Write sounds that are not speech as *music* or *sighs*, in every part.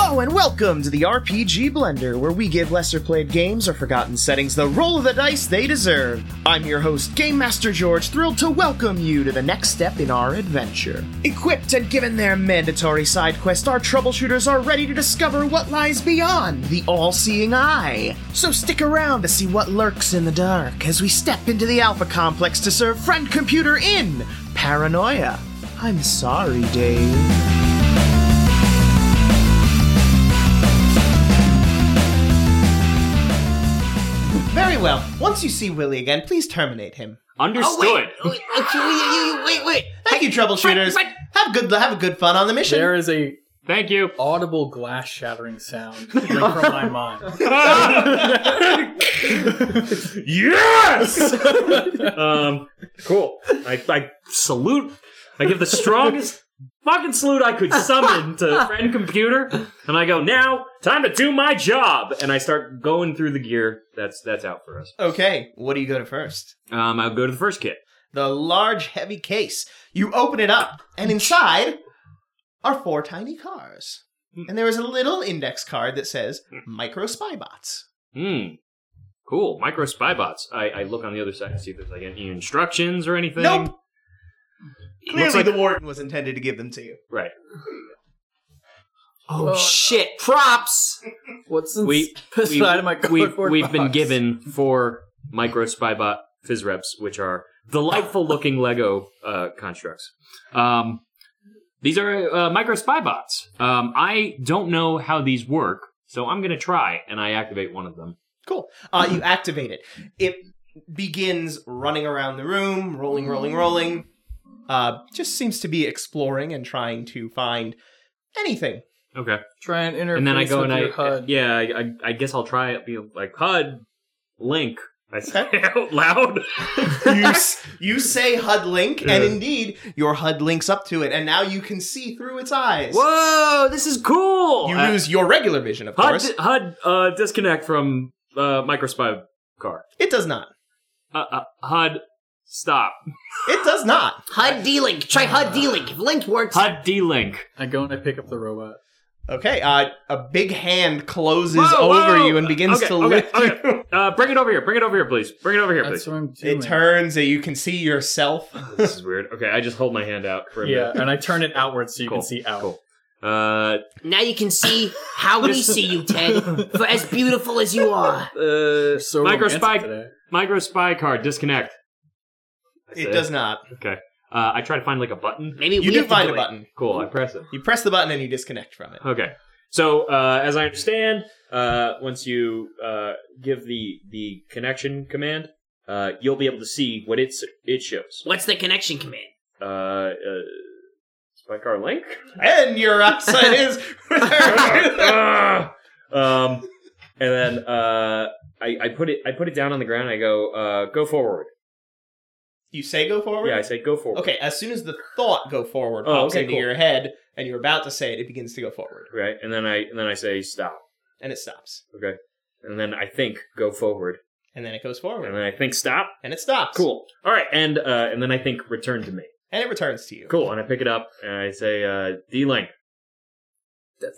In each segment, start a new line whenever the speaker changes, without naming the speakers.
Welcome to the RPG Blender, where we give lesser played games or forgotten settings the roll of the dice they deserve. I'm your host, Game Master George, thrilled to welcome you to the next step in our adventure. Equipped and given their mandatory side quest, our troubleshooters are ready to discover what lies beyond the all seeing eye. So stick around to see what lurks in the dark as we step into the Alpha Complex to serve Friend Computer in Paranoia. I'm sorry, Dave. Very well. Once you see Willie again, please terminate him.
Understood.
wait, wait, wait, wait,
Thank you, troubleshooters.
Fred,
Have good have a good fun on the mission.
There is a
Thank you.
audible glass shattering *laughs* sound coming from my mind.
yes. um, cool. I, I salute. I give the strongest fucking salute I could summon to friend computer, and I go now. Time to do my job, and I start going through the gear. That's that's out for us.
Okay, what do you go to first?
Um, I'll go to the first kit.
The large, heavy case. You open it up, and inside are four tiny cars. And there is a little index card that says "Micro Spy Bots."
Hmm. Cool. Micro spy bots. I, I look on the other side to see if there's like any instructions or anything.
Nope.
It
Clearly,
Looks like
the warden was intended to give them to you.
right.
Oh shit! Props.
What's *laughs*
We-
inside of my
we've,
cardboard
we've been
box?
given four micro spybot fizz reps, which are delightful looking Lego uh, constructs. Um, these are uh, micro spybots. Um, I don't know how these work, so I'm gonna try, and I activate one of them.
Cool. Uh, you activate it. It begins running around the room, rolling, rolling, rolling. Uh, just seems to be exploring and trying to find anything.
Okay,
Try and interface
and then I go
with
and I
your HUD.
yeah, I, I, I guess I'll try it. Be like HUD link. I say *laughs* out
*laughs*
loud. *laughs*
you, s- you say HUD link, and
Yeah.
indeed, your HUD links up to it, and now you can see through its eyes.
Whoa, this is cool.
You
Uh,
lose your regular vision, of
HUD
course.
HUD uh, disconnect from uh, micro spy car.
It does not.
Uh, uh, HUD stop.
It does not.
HUD D-Link. Try
Ah.
HUD D-Link. If Link works,
HUD D link.
I go and I pick up the robot.
Okay, uh, a big hand closes
Whoa,
over
whoa.
you and begins
Okay,
to
okay,
lift
okay.
you.
Uh, bring it over here. Bring it over here, please. Bring it over here,
That's
please.
what I'm doing.
It turns and you can see yourself.
this is weird. Okay, I just hold my hand out for a
Yeah,
minute.
and I turn it outward so you
Cool,
can see out. *laughs*
cool. Uh,
now you can see how
*laughs*
we see you, Ted.
*laughs*
For as beautiful as you are.
uh,
You're So
micro
romantic
spy,
today.
micro spy card disconnect. That's
It does not.
Okay. Uh, I try to find like a button.
Maybe
You
we
do
have to
find
do
a
it.
button.
Cool. I press it.
You press the button and you disconnect from it. *laughs*
Okay. So uh, as I understand, uh, once you uh, give the the connection command, uh, you'll be able to see what it's it shows.
What's the connection command?
Uh, uh, spy car *laughs* link.
And your outside is.
Ah! um, and then uh, I, I put it I put it down on the ground. I go uh, go forward.
*laughs* you say go forward?
Yeah, I say go forward.
Okay, as soon as the thought go forward
Oh,
pops
okay,
into
cool.
your head and you're about to say it, it begins to go forward.
Right, and then I and then I say stop.
And it stops.
Okay, and then I think go forward,
And then it goes forward.
and then I think stop.
And it stops.
Cool. All right, and uh, and then I think return to me.
And it returns to you.
Cool. And I pick it up and I say uh, D-Link.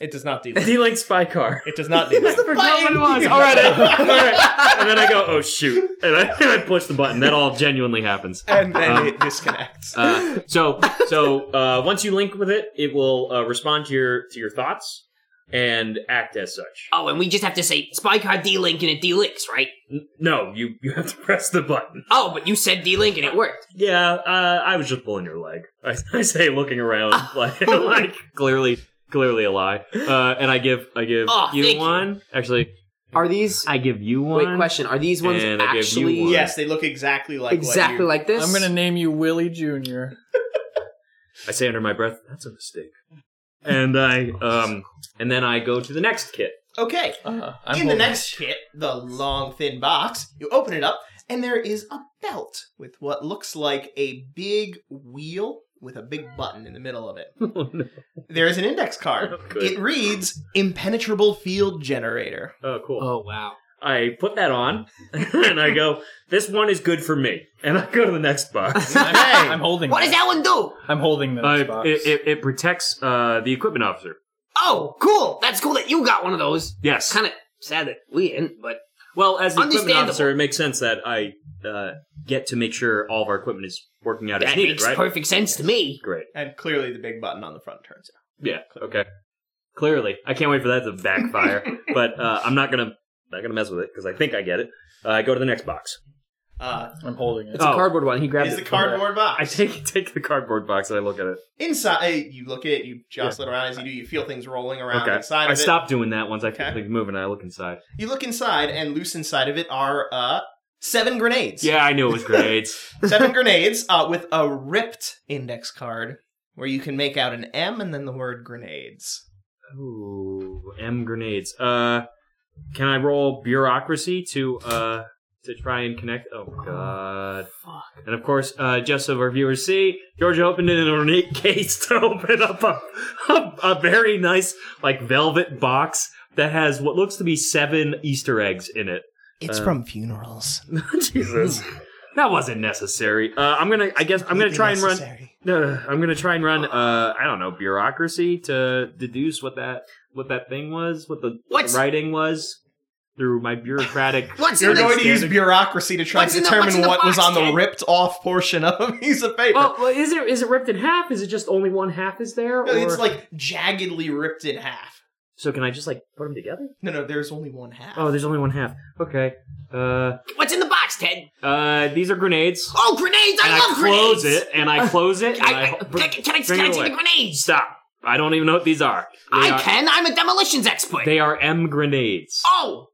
It does
*laughs*
not do that.
D-Link spy car. *laughs*
It does not do
I
that.
forgot what it was.
*laughs*
All right, I- all right. And then I go, oh shoot, and I, *laughs* I push the button. That all genuinely happens.
And then
Um,
it disconnects.
Uh, so so uh, once you link with it, it will uh, respond to your to your thoughts and act as such.
Oh, and we just have to say Spy Card D-Link and it D-Links, right?
N- No, you you have to *laughs* press the button.
Oh, but you said D-Link and it worked.
Yeah, uh, I was just pulling your leg. *laughs* I, I say looking *laughs* around like, like clearly clearly a lie. Uh, and I give I give
Oh,
you
thank you.
one. Actually,
Are these?
I give you one.
wait, question. Are these ones
and I gave you
actually
one.
yes, they look exactly like
exactly
what
like this?
I'm gonna name you Willie Jr.
I say under my breath, that's a mistake. And I um and then I go to the next kit. *laughs*
you... Okay.
Uh, I'm
in the
holding-
next kit, the long thin box, you open it up, and there is a belt with what looks like a big wheel with a big button in the middle of
*laughs*
it.
oh, no.
There is an index
*laughs*
card.
Good.
It reads Impenetrable Field Generator.
Oh, cool.
Oh wow.
I put that on *laughs* and I go, this one is good for me. And I go to the
*laughs*
next box.
*laughs* I'm,
Hey.
I'm holding.
What does
that?
that one do?
I'm holding the
Uh,
box.
it, it, it protects uh, the equipment officer.
Oh, cool. That's cool that you got one of those.
Yes.
Kind of sad that we didn't, but
Well, as the equipment
Understandable.
officer, it makes sense that I uh, get to make sure all of our equipment is working out as
that
needed,
makes
right?
perfect sense to me.
Great.
And clearly the big button on the front turns out.
Yeah. Okay. Clearly, I can't wait for that to
*laughs*
backfire, but uh, I'm not gonna not gonna mess with it because I think I get it. Uh, I go to the next box.
Uh,
I'm holding it.
It's
Oh.
a cardboard one. He grabbed
is the
it.
cardboard box.
I take take the cardboard box and I look at it.
Inside, you look at it, you jostle it around as you do, you feel things rolling around
okay.
inside of
I
it.
stop doing that once I
Okay.
keep things moving. and I
*laughs*
look inside.
You look inside, and loose inside of it are uh, seven grenades.
Yeah, I knew it was grades.
seven grenades uh, with a ripped index card where you can make out an M and then the word grenades.
*laughs* Ooh, M grenades. Uh, can I roll bureaucracy to uh to try and connect? Oh God.
Fuck.
And of course, uh, just so our viewers see, Georgia opened an ornate *laughs* case to open up a, a, a very nice, like, velvet box that has what looks to be seven Easter eggs in it. *laughs*
It's
Uh,
from funerals. *laughs*
Jesus. That wasn't necessary. Uh, I'm gonna, I guess, I'm gonna try and run. Uh, I'm gonna try and run. Uh, I don't know, bureaucracy to deduce what that what that thing was, what the, what the
What's-
writing was through my
*laughs*
bureaucratic.
What's
You're
in
going
this?
to use bureaucracy to try
What's
to
in the-
determine
what's in the
what was
box,
on the
Ted?
ripped off portion of a piece of paper.
Well, well, is it is it ripped in half? Is it just only one half is there?
No, it's
or-
like jaggedly ripped in half.
so can I just like put them together?
No, no, there's only one half.
Oh, there's only one half. Okay. Uh,
What's in the box, Ted?
uh, these are grenades.
Oh, grenades! I
and
love
I close
grenades.
it, and I close it, and
*laughs* I,
I,
I, can, can I,
bring
can I
it
take
away.
the grenades?
stop. I don't even know what these are. They
I
are,
can. I'm a demolitions expert.
They are M grenades.
oh,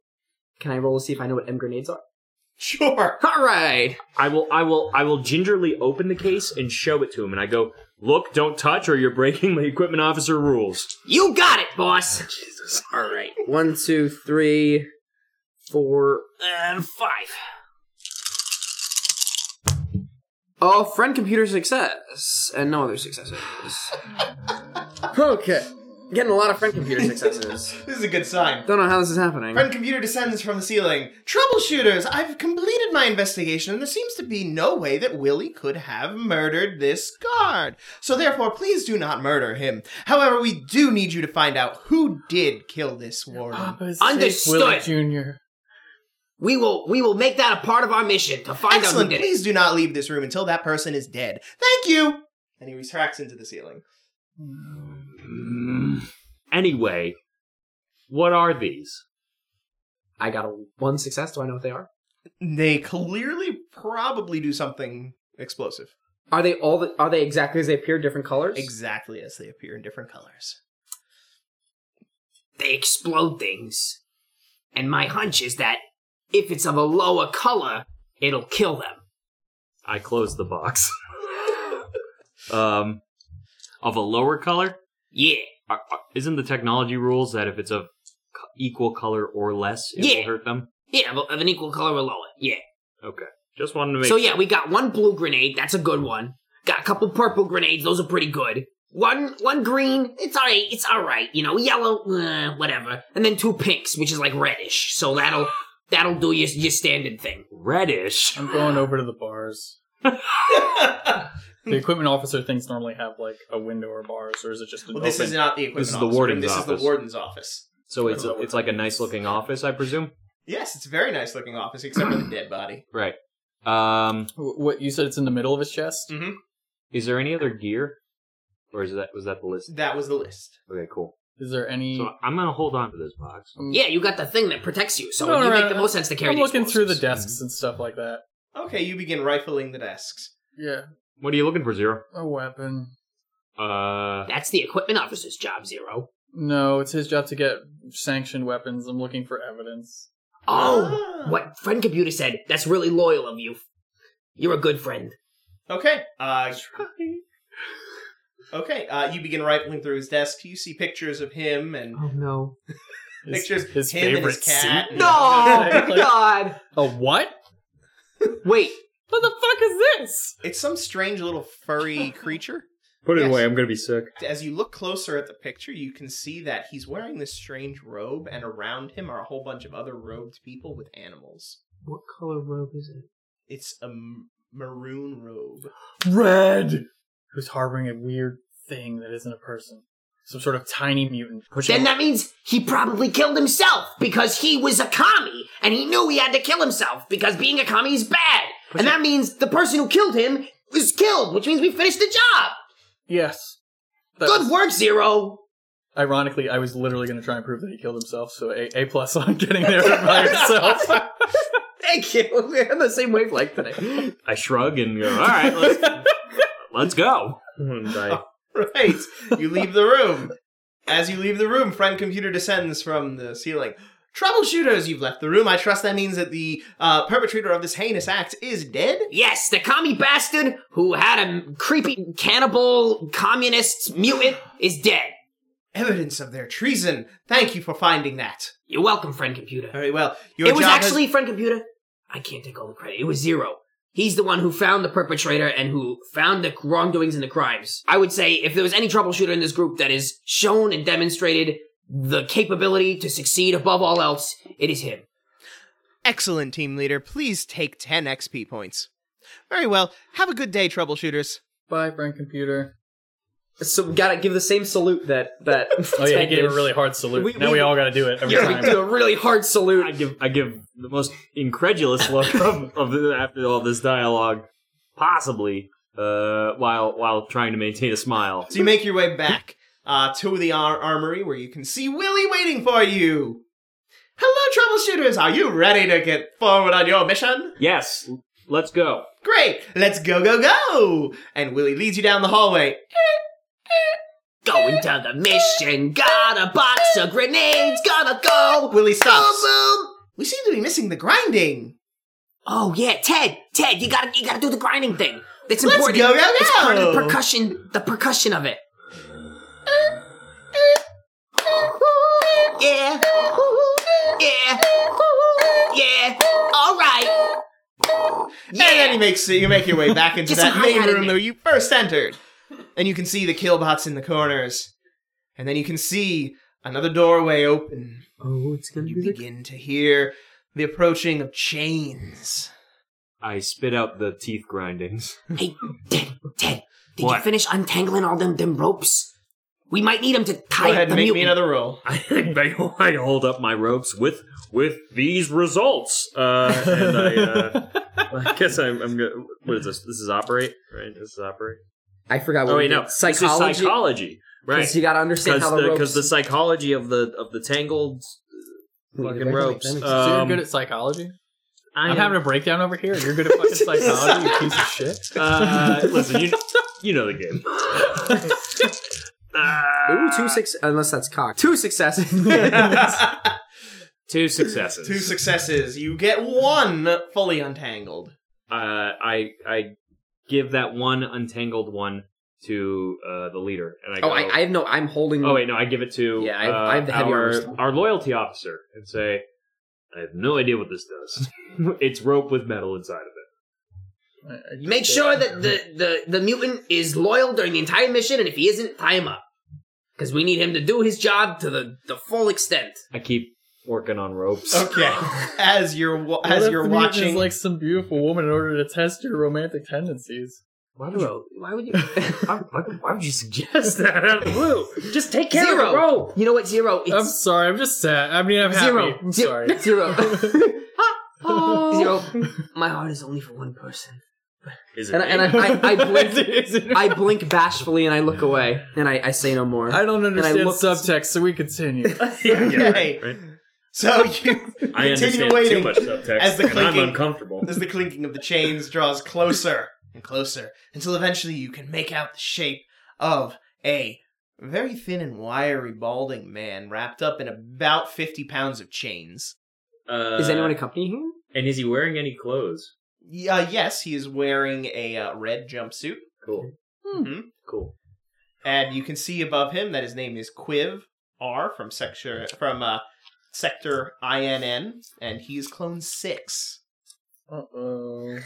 Can I roll to see if I know what M grenades are?
*laughs* Sure.
All right.
I will, I will, I will gingerly open the case and show it to him, and I go, "Look, don't touch, or you're breaking the equipment officer rules."
you got it,
*laughs*
boss.
All right. One, two, three, four.
And five.
Oh, friend computer success. And no other
*laughs*
successes. okay. Getting a lot of friend computer successes.
*laughs*
This is a good sign.
Don't know how this is happening.
Friend computer descends from the ceiling. Troubleshooters, I've completed my investigation, and there seems to be no way that Willie could have murdered this guard. So therefore, please do not murder him. However, we do need you to find out who did kill this
Ah,
warden.
Papa's
Understood.
safe, Willie Jr.
We will we will make that a part of our mission to find
Excellent.
out who did it.
Please do not leave this room until that person is dead. Thank you. And he retracts into the ceiling.
Anyway, what are these?
I got a one success. Do I know what they are?
They clearly probably do something explosive.
Are they all? The, are they exactly as they appear? Different colors?
Exactly as they appear in different colors. *laughs*
They explode things. And my hunch is that if it's of a lower color, it'll kill them.
I close the box. *laughs* um, of a lower color.
Yeah.
Are, are- isn't the technology rules that if it's of co- equal color or less, it
Yeah.
will hurt them?
Yeah, of of an equal color or lower. Yeah.
Okay, just wanted to make.
So yeah, we got one blue grenade, that's a good one. Got a couple purple grenades, those are pretty good. One one green, it's alright, it's alright, you know, yellow, uh, whatever. And then two pinks, which is like reddish. So that'll that'll do your your standard thing.
reddish.
I'm going over to the bars. The equipment officer things normally have like a window or bars, or is it just an
Well,
open?
this is not the equipment
This is the
officer room.
warden's
This is
office.
the warden's office.
So it's it's like a nice looking office, I presume.
Yes, it's a very nice looking office, except for the dead body.
Right. Um,
Wh- what you said? It's in the middle of his chest.
Mm.
is there any other gear, or is that was that the list?
That was the list.
Okay, cool.
Is there any?
uh,
So I'm gonna hold on to this box.
Yeah, you got the thing that protects you, so
No,
you
no,
make
no,
the
no.
most sense to carry
I'm
the
looking through the
explosives.
desks
Mm-hmm.
and stuff like that.
Okay, you begin rifling the desks.
Yeah,
What are you looking for, Zero?
a weapon.
Uh,
That's the equipment officer's job, Zero.
No, it's his job to get sanctioned weapons. I'm looking for evidence.
Oh,
Ah.
what friend computer said. That's really loyal of you. You're a good friend.
Okay. Uh, okay. Uh, you begin rifling through his desk. You see pictures of him and
Oh no.
His,
pictures
his
him
favorite
and his cat.
seat.
and-
No, God.
A what?
Wait.
What the fuck is this?
It's some strange little
*laughs*
furry creature.
put
Yes.
I'm gonna be sick.
As you look closer at the picture, you can see that he's wearing this strange robe, and around him are a whole bunch of other robed people with animals.
What color robe is it?
It's a m- maroon robe.
Red. Who's harboring a weird thing that isn't a person? some sort of tiny mutant pushing.
Then that means he probably killed himself because he was a commie and he knew he had to kill himself because being a commie is bad. And that means the person who killed him was killed, which means we finished the job.
yes. That
Good
was-
work, Zero.
Ironically, I was literally going to try and prove that he killed himself, so a, a plus on getting there
*laughs*
by yourself.
Thank you. We're on the same wavelength today.
I shrug and go, all right,
*laughs*
let's, let's go. And
Oh,
I-
*laughs* Right. You leave the room. As you leave the room, friend computer descends from the ceiling. Troubleshooters, you've left the room. I trust that means that the uh, perpetrator of this heinous act is dead.
Yes, the commie bastard who had a creepy cannibal communist mutant is dead.
Evidence of their treason. Thank you for finding that.
You're welcome, friend computer.
Uh,
Very well. Your
It was
job has-
actually friend computer. I can't take all the credit. It was zero. He's the one who found the perpetrator and who found the wrongdoings and the crimes. I would say if there was any troubleshooter in this group that has shown and demonstrated the capability to succeed above all else, it is him.
excellent team leader. Please take 10 XP points. Very well. Have a good day, troubleshooters.
Bye, friend computer.
So we gotta give the same salute that that.
*laughs* Oh yeah, he
Ted
gave
did.
a really hard salute.
We-
now
we-
we all got to do it every
Yeah, we
time.
do a really hard
I
salute.
give I give the most incredulous look
*laughs*
of, of the, after all this dialogue, possibly uh, while while trying to maintain a smile.
So you make your way back uh, to the ar- armory where you can see Willie waiting for you. Hello, troubleshooters. Are you ready to get forward on your mission?
Yes, let's go.
Great. Let's go, go, go. And Willie leads you down the hallway.
Going to the mission, got a box of grenades, gonna go.
Willie
Boom,
stops.
boom.
We seem to be missing the grinding.
Oh yeah, Ted, Ted, you gotta you gotta do the grinding thing. It's
Let's
important.
go, go,
It's part of the
go.
percussion, the percussion
*laughs*
of it. Yeah, yeah, yeah. All right. Yeah.
And then you make, so you make
*laughs*
your way back into
Get some
that main
hi-hat in
room
there.
where you first entered. And you can see the killbots in the corners. And then you can see another doorway open.
Oh, it's gonna
You begin to hear the approaching of chains.
I spit out the teeth grindings.
hey, Ted, Ted, did you
What?
finish untangling all them them ropes? We might need them to tie
Go ahead
up the
and make me
mutant.
another
*laughs*
roll. *laughs*
I, I, *laughs* I hold up my ropes with with these results. Uh, and I, uh, I guess I'm, I'm gonna. What is this? This is operate, right? This is operate.
I forgot. What
Oh
we
wait,
did.
no,
psychology.
This is psychology, right?
'Cause you gotta understand
Because
how the,
the,
ropes.
'cause the psychology of the of the tangled uh,
Wait,
fucking
that makes-
ropes.
that makes-
So you're
Um,
good at psychology.
I
I'm
am-
having a breakdown over here. and You're good
*laughs*
at fucking psychology, you piece of shit.
Uh, listen, you, you know the game. Uh,
Ooh, two six. Unless that's cocked. Oh, Two *laughs* successes.
*laughs* Two successes.
Two successes. You get one fully untangled.
uh, I I give that one untangled one to uh, the leader, and I go.
oh, I, I have no. I'm holding.
oh wait, no, I give it to
Yeah, I-
uh,
I have the heavy armor
our
still.
our loyalty officer, and say, I have no idea what this does. *laughs* it's rope with metal inside of it.
Make sure that the, the, the mutant is loyal during the entire mission, and if he isn't, tie him up. Because we need him to do his job to the, the full extent.
I keep working on
*laughs*
ropes.
*laughs* Okay. As you're wa- as you're watching,
like some beautiful woman in order to test your romantic tendencies.
Why would you? Why *laughs* would you? why, why, why would you suggest that out of the blue? Just take care of the rope.
Zero. You know what? Zero.
I'm
It's
sorry. I'm just sad. I mean, I'm happy.
*laughs* Zero.
I'm
Ze-
sorry.
*laughs*
Zero.
zero. My heart is only for one person.
*laughs* Is it
and I, and
me?
I, I,
*laughs*
I blink.
Is it-
I blink bashfully and I look away and I, I say no more.
I don't understand
looked-
subtext, so we
*laughs*
continue.
yeah, yeah,
Right.
right, right.
*laughs* so you
*laughs* I
continue
understand
waiting
too much subtext,
as the
and I'm
clinking-
uncomfortable.
*laughs* as the clinking of the chains draws closer and closer until eventually you can make out the shape of a very thin and wiry balding man wrapped up in about 50 pounds of chains.
Uh,
Is anyone accompanying him?
And is he wearing any clothes?
Yeah, uh, yes, he is wearing a uh, red jumpsuit.
Cool,
Mm-hmm.
cool.
And you can see above him that his name is Quiv R from sector from uh, sector INN, and he's clone six.
Uh oh.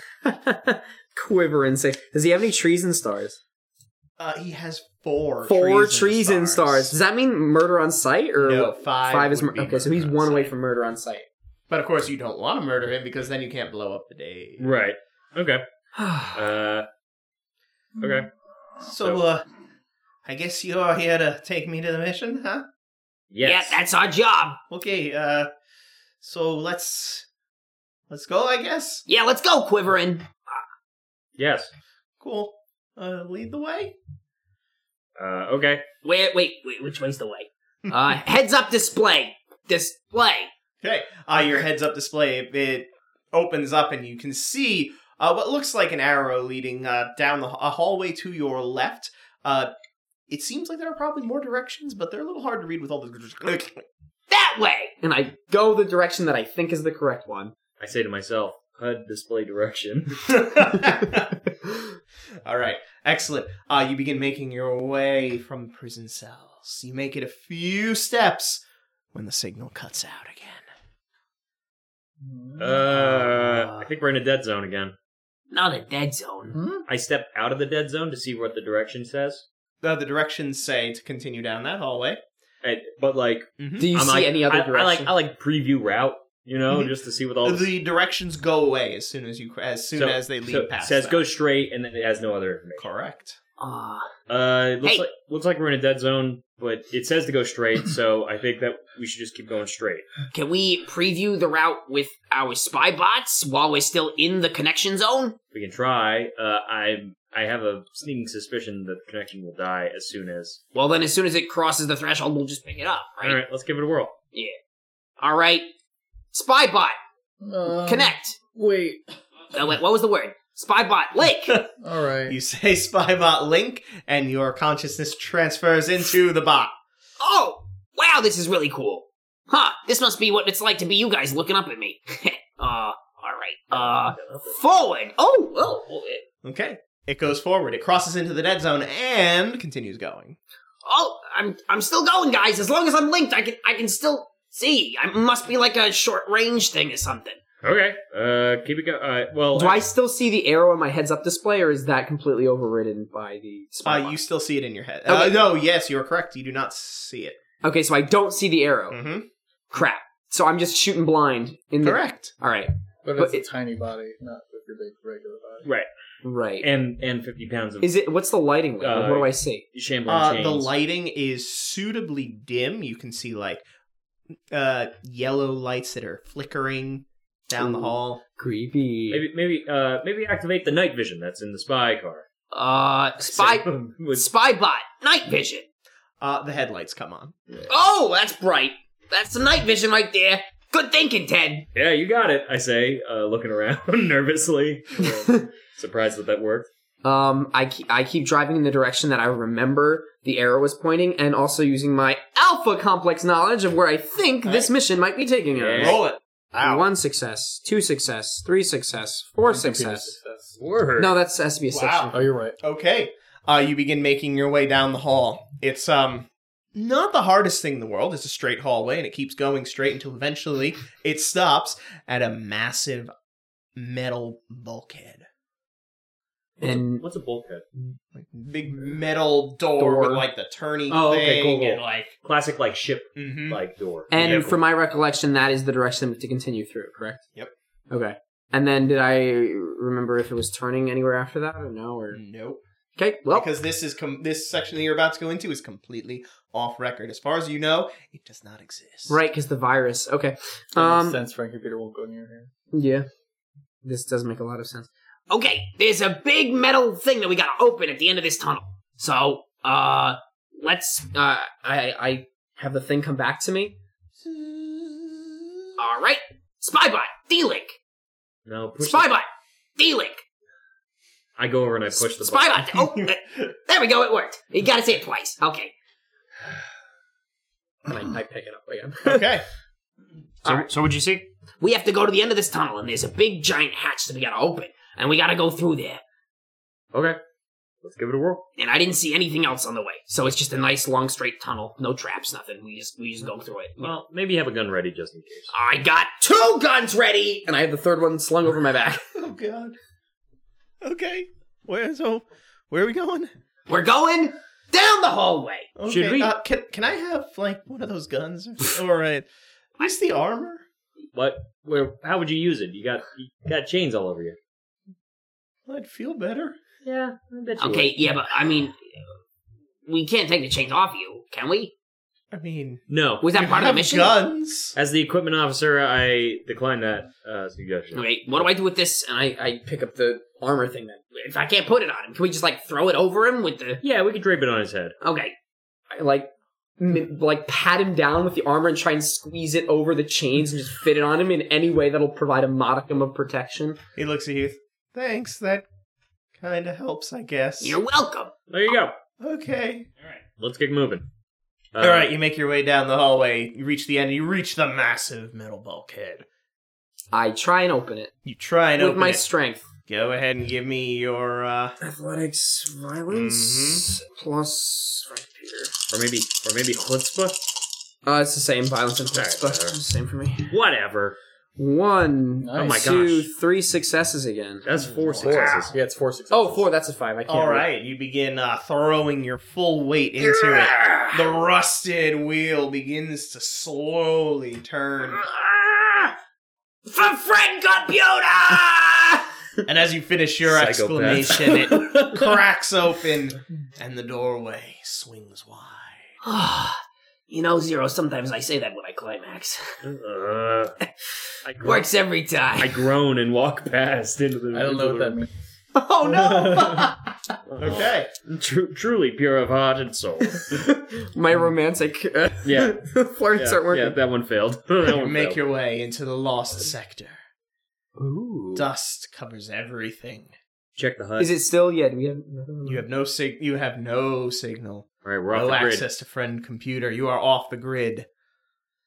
*laughs* Quiver and say, does he have any trees and stars?
Uh, he has four
Four
trees,
trees and stars. Does that mean murder on sight or
No,
what?
five
is
would
mur-
be
okay? So he's
murder on
one away
sight.
from murder on sight.
But of course, you don't want to murder him because then you can't blow up the day.
Right. Uh, Okay. Uh, okay.
So, uh, I guess you are here to take me to the mission, huh?
Yes.
Yeah, that's our job.
Okay, uh, so let's let's go. I guess.
Yeah, let's go, Quivering.
yes.
Cool. Uh, lead the way.
Uh, okay.
Wait, wait, wait, which way's the way?
*laughs*
Uh, heads up display. Display.
Okay. Uh, your heads up display it opens up and you can see uh, what looks like an arrow leading uh, down the, a hallway to your left. Uh, it seems like there are probably more directions, but they're a little hard to read with all the.
That way!
And I go the direction that I think is the correct one.
I say to myself, HUD display direction. *laughs*
all right. Excellent. Uh, you begin making your way from the prison cells. You make it a few steps when the signal cuts out again.
Uh, I think we're in a dead zone again.
Not a dead zone.
Hmm?
I step out of the dead zone to see what the direction says.
Uh, the directions say to continue down that hallway.
I- but like,
Do you
I'm
see
like,
any other
I, I like,
direction?
I like preview route, you know,
Mhm.
just to see what all
The directions go away as soon as you as soon
So-
as they lead
so it
past.
says
that.
go straight, and then it has no other information.
Correct.
Uh,
Uh, it looks
Hey.
like looks like we're in a dead zone, but it says to go straight, so I think that we should just keep going straight.
can we preview the route with our spy bots while we're still in the connection zone?
We can try. Uh, I I have a sneaking suspicion that the connection will die as soon as.
Well, then as soon as it crosses the threshold, we'll just pick it up, right?
All right, let's give it a whirl.
All right. Spy bot,
Um,
connect.
Wait.
Oh, wait, what was the word? Spy bot, link.
All right.
You say *laughs* Spybot Link, and your consciousness transfers into the bot.
oh, wow, this is really cool. Huh, this must be what it's like to be you guys looking up at me. *laughs* uh, all right. Uh, forward. Oh, oh, oh, eh,
Okay. It goes forward. It crosses into the dead zone and continues going.
oh, I'm I'm still going, guys. As long as I'm linked, I can I can still see. I must be like a short range thing or something.
Okay, uh, keep it going. Uh, well,
Do I still see the arrow in my heads up display, or is that completely overridden by the spy?
Uh, you
box?
still see it in your head. Uh,
Okay.
no, yes, you are correct. You do not see it.
Okay, so I don't see the arrow.
Hmm.
Mm-hmm.
Crap. So I'm just shooting blind. In the-
Correct.
All right.
But
But
it's a
it-
tiny body, not with your big regular body.
right,
Right.
and and fifty pounds of
is it? What's the lighting? Like? Like,
Uh,
what do I see?
shambling
Uh,
chains.
the lighting is suitably dim. You can see like uh, yellow lights that are flickering down the
Ooh.
hall.
Creepy.
Maybe maybe uh maybe activate the night vision that's in the spy car.
Uh, spy
So, *laughs* with-
spy bot, night vision.
Uh, the headlights come on.
Oh, that's bright. That's the night vision right there. Good thinking, Ted.
yeah, you got it. I say, uh, looking around *laughs* nervously. Uh, Surprised that that worked.
Um, I keep, I keep driving in the direction that I remember the arrow was pointing, and also using my alpha complex knowledge of where I think
All
this mission might be taking us.
Yeah. Roll
it.
One success, two success, three success, four
Computer
success.
success.
Word.
No, that's has to be a
Wow.
Oh, you're right.
Okay. Uh, you begin making your way down the hall. It's um not the hardest thing in the world. It's a straight hallway, and it keeps going straight until eventually it stops at a massive metal bulkhead,
section. And
What's a bulkhead?
like big metal door, with
Door.
like the turning
Oh,
thing,
okay, cool, cool.
and like
Classic like ship
mhm.
like door.
and
Yeah,
from my recollection, that is the direction to continue through. Correct.
Yep.
Okay. And then did I remember if it was turning anywhere after that or no? Or
nope.
okay, well,
mm-hmm. because this is com- this section that you're about to go into is completely off record. As far as you know, it does not exist.
right, because the virus. Okay.
Um,
Um.
sense Frank computer won't go near here.
Yeah. This does make a lot of sense.
Okay, there's a big metal thing that we gotta open at the end of this tunnel. So, uh, let's.
Uh, I I have the thing come back to me.
All right, Spybot, D-Link,
No, push the-
Spybot, D-Link,
I go over and I push the button.
Spybot.
*laughs*
Oh, uh, there we go. It worked. You gotta say it twice. Okay.
And I, I pick it up
*laughs*
again.
Okay.
So, so what'd you see?
We have to go to the end of this tunnel, and there's a big giant hatch that we gotta open, and we gotta go through there.
Okay, let's give it a whirl.
And I didn't see anything else on the way, so it's just a nice long straight tunnel, no traps, nothing. We just we just go through it.
Well, maybe have a gun ready just in case.
I got two guns ready.
and I have the third one slung over my back.
*laughs* Oh God. Okay. Where so? Where are we going?
We're going down the hallway.
Okay,
Should we-
Uh, can can I have like one of those guns *laughs* or- or a, where's the armor?
What? Where? How would you use it? You got you got chains all over you.
I'd feel better.
Yeah, I bet
Okay, yeah, but I mean, we can't take the chains off you, can we?
I mean,
No.
Was that part of the
have
mission?
guns.
As the equipment officer, I decline that uh, suggestion.
Okay,
What do I do with this? And I, I pick up the armor thing then.
if I can't put it on him, can we just like throw it over him with the?
Yeah, we could drape it on his head.
Okay,
I, like m- like pat him down with the armor and try and squeeze it over the chains and just fit it on him in any way that'll provide a modicum of protection.
He looks at you. Thanks. That kind of helps, I guess.
you're welcome.
There you go.
okay.
Let's get moving. Uh,
All right, you make your way down the hallway. You reach the end. You reach the massive metal bulkhead.
I try and open it
You try and
with
open
my
it.
strength.
Go ahead and give me your. uh
Athletics, violence plus right here.
Or maybe, or maybe chutzpah.
Uh, it's the same violence and
Alright,
plus. but
alright.
it's the same for me.
Whatever.
One,
Nice. Oh
my
two,
gosh.
three successes again.
That's four
Successes. *laughs*
successes.
Yeah, it's four successes.
Oh, four. That's a five. I can't.
All
read.
right, you begin uh, throwing your full weight into it. The rusted wheel begins to slowly turn,
For friend computer.
and as you finish your
Psychopath.
exclamation,
*laughs*
it cracks open, and the doorway swings wide.
you know, Zero. Sometimes I say that when I
*laughs*
climax.
Uh, I, gro-
Works every time.
I groan and walk *laughs* past into the.
I don't know what that means.
oh
*laughs*
no!
Okay,
Tru- truly pure of heart and soul.
My romantic uh,
Yeah.
*laughs* flirts
yeah,
aren't working.
yeah, that one failed. *laughs* that
you
one
make
failed.
your way into the lost sector.
Ooh.
Dust covers everything.
check the hut.
Is it still yet? We have another one.
You have no sig- You have no signal.
All right, we're off
No
the grid.
access to friend computer. You are off the grid.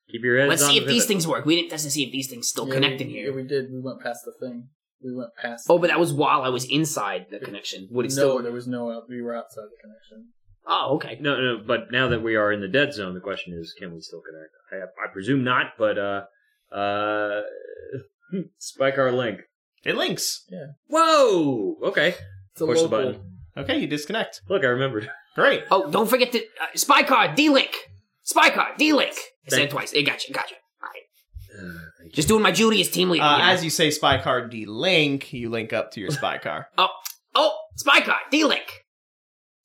Keep your heads
Let's
on
see
the
if these
pivot.
things work. We didn't test to see if these things still
Yeah,
connect in
we-
here.
Yeah, we did. We went past the thing. We went past.
Oh, but that was while I was inside the connection. Would
no,
it still?
there was no. out- We were outside the connection.
Oh, okay.
No, no, but now that we are in the dead zone, the question is, can we still connect? I, I presume not, but uh, uh, *laughs* spike our link.
It links.
Whoa! Okay,
It's a
Push the
local-
button.
Okay, you disconnect.
look, I remembered. *sighs*
Great.
Oh, don't forget to uh, spy card D link. Spy card D link. I said it twice. It gotcha. Gotcha. All right. Just doing my duty as team leader.
Uh,
you know?
As you say, spy car D link, you link up to your spy car.
Oh, spy car, D-Link.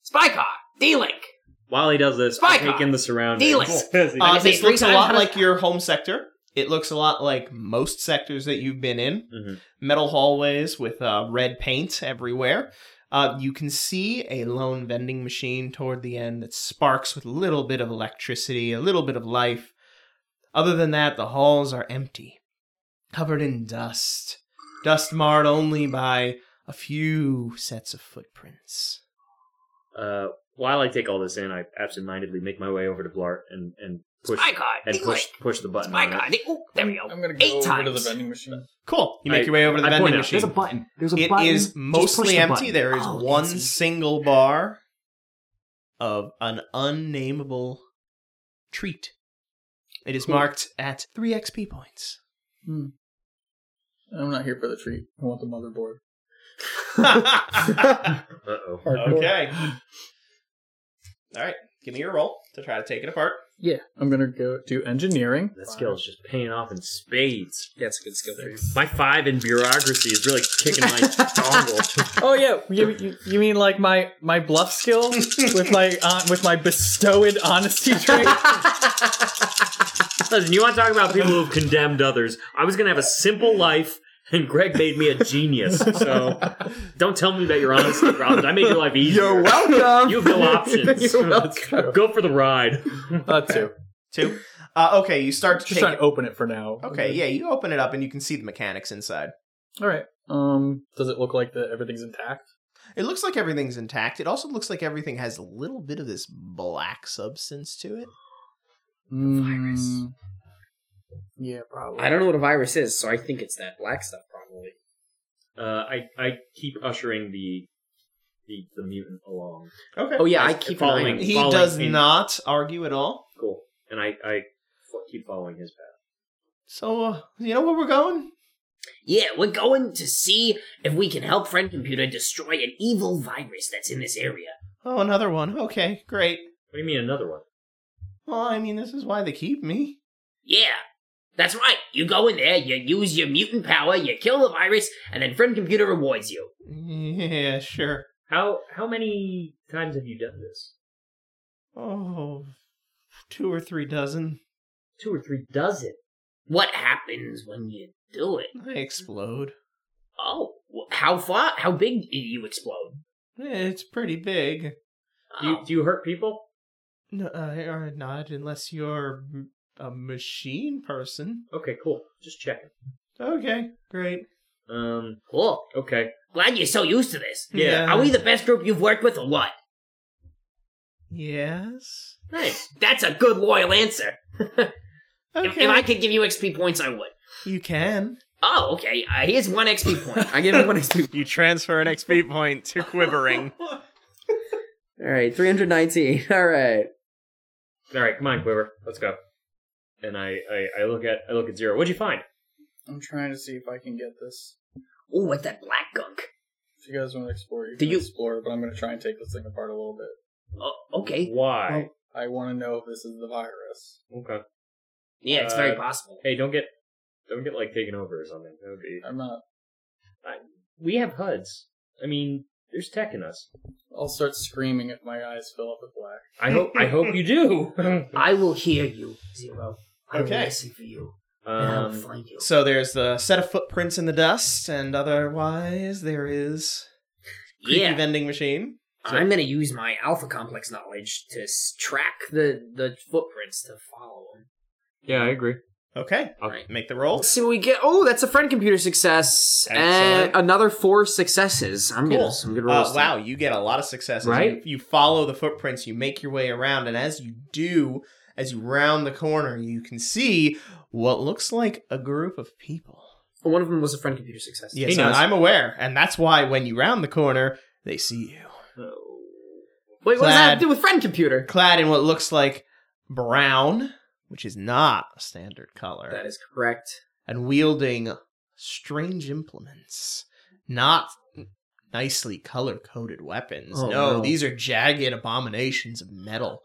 Spy car, D-Link.
While he does this,
Spy
I take
car.
in the surroundings. *laughs*
Dealers.
As he-
Uh,
can say
this
three
looks a
times
lot
how to-
like your home sector. It looks a lot like most sectors that you've been in.
Mhm.
Metal hallways with uh, red paint everywhere. Uh, you can see a lone vending machine toward the end that sparks with a little bit of electricity, a little bit of life. Other than that, the halls are empty, covered in dust. Dust marred only by a few sets of footprints.
Uh, while I take all this in, I absentmindedly make my way over to Blart and and push
Spy car,
and push
D-Link.
push the button.
Spy
on it.
car, D- Ooh, there we go.
I'm gonna go
Eight
over to the
times.
vending machine.
Cool. You make
I-
your way over to the
I point
vending
out,
machine.
button. There's
It is mostly empty. There is
Oh,
one.
one single bar of an unnameable treat. It is marked at 3 XP points. *laughs*
Hmm.
I'm not here for the treat. I want the motherboard.
Uh oh.
Hardcore.
okay. All right. Give me your roll to try to take it apart.
Yeah, I'm gonna go do engineering.
That skill is just paying off in spades.
Yeah, it's a good skill for you.
My five in bureaucracy is really kicking
*laughs*
my dongle. *laughs*
Oh yeah, you, you, you mean like my my bluff skill with my uh, with my bestowed
*laughs*
honesty trait?
Listen, you want to talk about people who've condemned others? I was gonna have a simple life, and Greg made me a genius.
*laughs*
So don't tell me that you're honesty problems. I made your life easier.
You're welcome.
You have no
*laughs*
options.
You're welcome.
Go for the ride.
Uh, two.
*laughs* Two. Uh, okay, you start to
Just
take
trying to
it.
open it for now.
Okay, yeah, you open it up and you can see the mechanics inside.
All right. Um, does it look like that everything's intact?
It looks like everything's intact. It also looks like everything has a little bit of this black substance to it.
Virus. mm, Yeah, probably.
I don't know what a virus is, so I think it's that black stuff probably.
Uh, I I keep ushering the the, the mutant along.
Okay.
Oh yeah, I
Nice.
keep
Following.
following.
He
falling
does
in-
not argue at all.
Cool. And I I fo- keep following his path.
So uh, you know where we're going?
Yeah, we're going to see if we can help Friend Computer destroy an evil virus that's in this area.
Oh, another one. Okay, great.
What do you mean another one?
Well, I mean, this is why they keep me.
Yeah, that's right. You go in there, you use your mutant power, you kill the virus, and then Friend Computer rewards you.
Yeah, sure.
How how many times have you done this?
Oh, two or three dozen.
Two or three dozen. What happens when you do it?
I explode.
Oh, wh- how far? How big do you explode?
It's pretty big.
Oh,
Do you, do you hurt people?
No, uh, not unless you're m- a machine person.
Okay, cool. Just checking.
Okay, great.
Um,
cool.
okay.
Glad you're so used to this.
Yeah.
Are we the best group you've worked with or what?
Yes.
Nice. That's a good loyal answer. If,
Okay.
if I could give you XP points, I would.
You can.
Oh, okay. Uh, here's one XP point.
I give him one
*laughs*
XP.
You transfer an XP point to quivering.
All right,
*laughs*
319. All right.
All right, come on, Quiver. Let's go. And I, I, I look at I look at zero. What'd you find?
I'm trying to see if I can get this.
Ooh, what's that black gunk?
If you guys want to explore, you
Do
can
you-
explore, but I'm going to try and take this thing apart a little bit.
Oh, okay.
Why?
I want to know if this is the virus.
Okay.
Yeah, it's very
Uh,
possible.
Hey, don't get don't get like taken over or something. That would be.
I'm not.
We have HUDs. I mean, there's tech in us.
I'll start screaming if my eyes fill up with black.
I hope I hope you do. *laughs*
I will hear you, Zero. I will
Okay.
listen for you, and I will
um,
find you.
So there's the set of footprints in the dust, and otherwise there is creepy
Yeah,
vending machine.
I'm gonna use my alpha complex knowledge to s- track the the footprints to follow them.
yeah, I agree.
Okay,
Okay.
make the roll.
Let's see what we get. Oh, that's a friend computer success.
Excellent.
And another four successes. I'm
Cool.
getting some good rolls.
Uh, wow, you get a lot of successes.
Right?
You, you follow the footprints, you make your way around, and as you do, as you round the corner, you can see what looks like a group of people.
One of them was a friend computer success.
Yes,
knows.
I'm aware, and that's why when you round the corner, they see you.
Wait, what does that have
Glad.
to do with friend computer?
Clad in what looks like brown, which is not a standard color.
That is correct.
and wielding strange implements. Not nicely color coded weapons.
Oh,
no,
no.
these are jagged abominations of metal.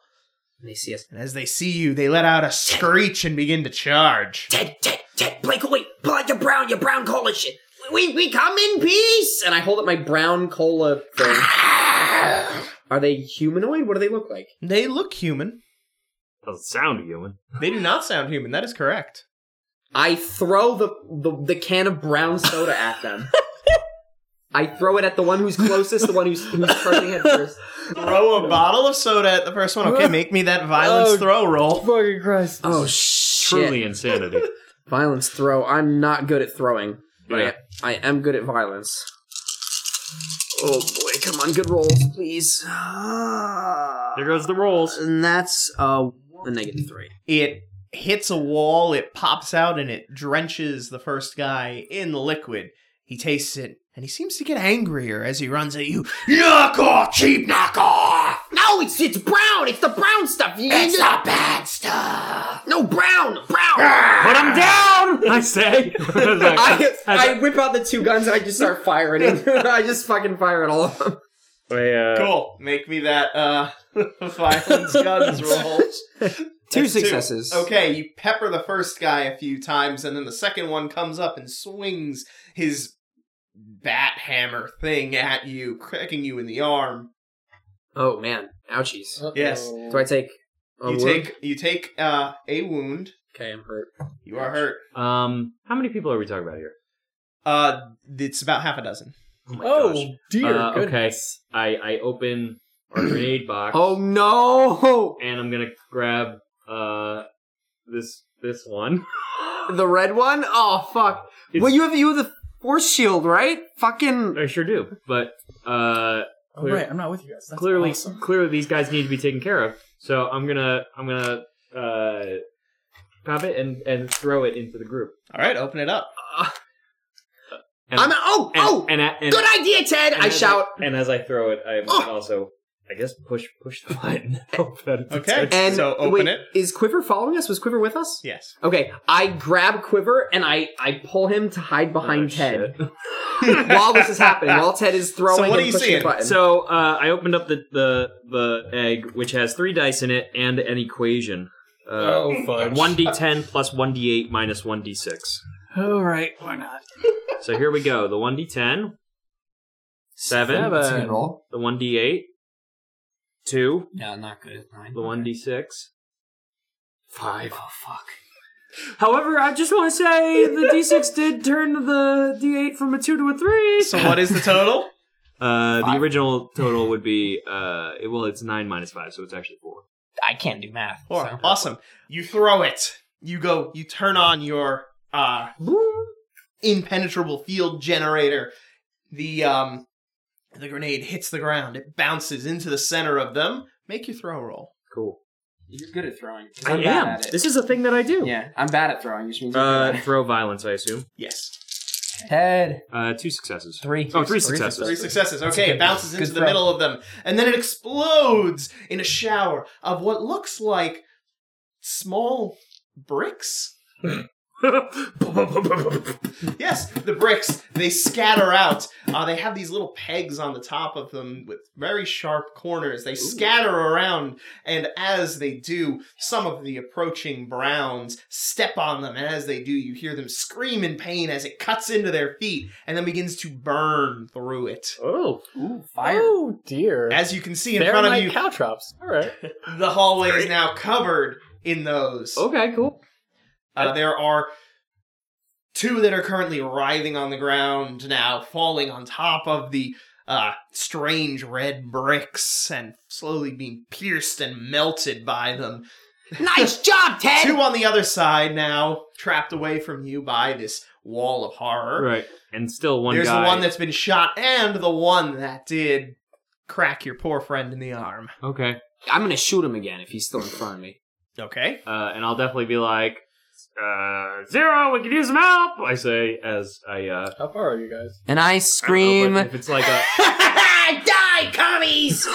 And they see us.
And as they see you, they let out a screech and begin to charge.
Ted, Ted, Ted, Blake, away! Pull out your brown, your brown cola shit. We we come in peace.
And I hold up my brown cola thing. Are they humanoid? What do they look like?
They look human.
Doesn't sound human.
They do not sound human. That is correct.
I throw the, the the can of brown soda at *laughs* them. I throw it at the one who's closest, the one who's *laughs* who's charging head first.
Throw a bottle of soda at the first one. Okay, make me that violence
Oh.
throw roll.
Fucking Christ!
Oh shit!
Truly insanity.
Violence throw. I'm not good at throwing. but
Yeah.
I, I am good at violence. Oh boy, come on, good rolls, please.
There goes the rolls. *laughs*
And that's uh, a negative three.
It hits a wall, it pops out, and it drenches the first guy in the liquid. He tastes it, and he seems to get angrier as he runs at you. Knock off, cheap knock off!
No, it's it's brown. It's the brown stuff. You-
It's
you-
the bad stuff! Ah.
no brown, brown.
But I'm down. I say. *laughs*
I, I whip out the two guns and I just start firing. *laughs* I just fucking fire at all of them.
I, uh,
Cool. Make me that uh *laughs* violence guns roll.
*laughs* Two
That's
successes.
Okay, you pepper the first guy a few times, and then the second one comes up and swings his bat hammer thing at you, cracking you in the arm.
Oh man, ouchies.
Yes.
Do I take? a
you
wound?
take you take uh, a wound.
Okay, I'm hurt.
You are hurt.
Um, how many people are we talking about here?
Uh, it's about half a dozen.
Oh, my
Oh
gosh.
dear.
Uh, okay.
goodness.
I I open our grenade box.
Oh no!
and I'm gonna grab uh this this one. *laughs*
*gasps* The red one? Oh fuck!
It's-
well, you have you have the force shield, right? Fucking.
I sure do, but uh
Oh, right, I'm not with you guys. That's
clearly
awesome.
clearly these guys need to be taken care of. So I'm gonna I'm gonna uh pop it and and throw it into the group.
All right, open it up.
And,
I'm a, oh
and,
oh.
and, a- and-
good idea, Ted.
and
I
as
shout.
and as I throw it, I
Oh.
also I guess push push the *laughs* button. Hope that it's
Okay.
And
So open
wait,
it.
Is Quiver following us? Was Quiver with us? *laughs*
Yes.
Okay, I grab Quiver and I I pull him to hide behind
Oh, *laughs*
Ted
shit.
while this is happening. While Ted is throwing.
So what
and
are you
pushing
seeing?
The button.
So uh, I opened up the, the the egg, which has three dice in it and an equation. Uh,
oh fudge.
One d ten plus one d eight minus one d six.
All right, why not?
So here we go. The one d ten, seven.
That's a good roll.
The one d eight, Two.
Yeah, not good. Nine.
The 1d6. Five.
Oh fuck.
However, I just want to say the d6 did turn the d8 from a 2 to a 3.
So what is the total?
Uh, the original total would be, uh, it- well, it's 9 minus 5, so it's actually 4.
I can't do math.
Four.
so.
Awesome. You throw it. You go. You turn on your uh, impenetrable field generator. The um, the grenade hits the ground. It bounces into the center of them. Make your throw roll.
Cool.
You're good at throwing. 'cause
I
I'm bad
am.
at it.
This is a thing that I do.
yeah, I'm bad at throwing, which means I'm
Uh,
*laughs*
good at
throw violence, I assume.
Yes.
Ted.
Uh, two successes.
*laughs*
Three.
Oh, three
Three
successes.
Three successes. Okay,
good-
it bounces into
good
the
throw.
middle of them, and then it explodes in a shower of what looks like small bricks. Yes, the bricks they scatter out. Uh, they have these little pegs on the top of them with very sharp corners. They scatter around, and as they do, some of the approaching Browns step on them. And as they do, you hear them scream in pain as it cuts into their feet and then begins to burn through it.
Oh.
it. Ooh, fire.
Oh dear.
As you can see in
They're
front of
like
you,
Caltrops. All right.
the hallway is now covered in
Oh,
those.
Okay, cool.
*laughs*
Uh, there are two that are currently writhing on the ground now, falling on top of the uh, strange red bricks and slowly being pierced and melted by them.
nice job, Ted.
Two on the other side now, trapped away from you by this wall of horror.
Right. And still one
There's
guy.
the one that's been shot and the one that did crack your poor friend in the arm.
Okay.
I'm gonna shoot him again if he's still in front of me.
Okay.
Uh, and I'll definitely be like, uh, Zero, we could use some help! I say as I, uh,
How far are you guys?
And
I don't
I
know, but
scream.
if it's like a.
*laughs*
Die,
*laughs*
commies!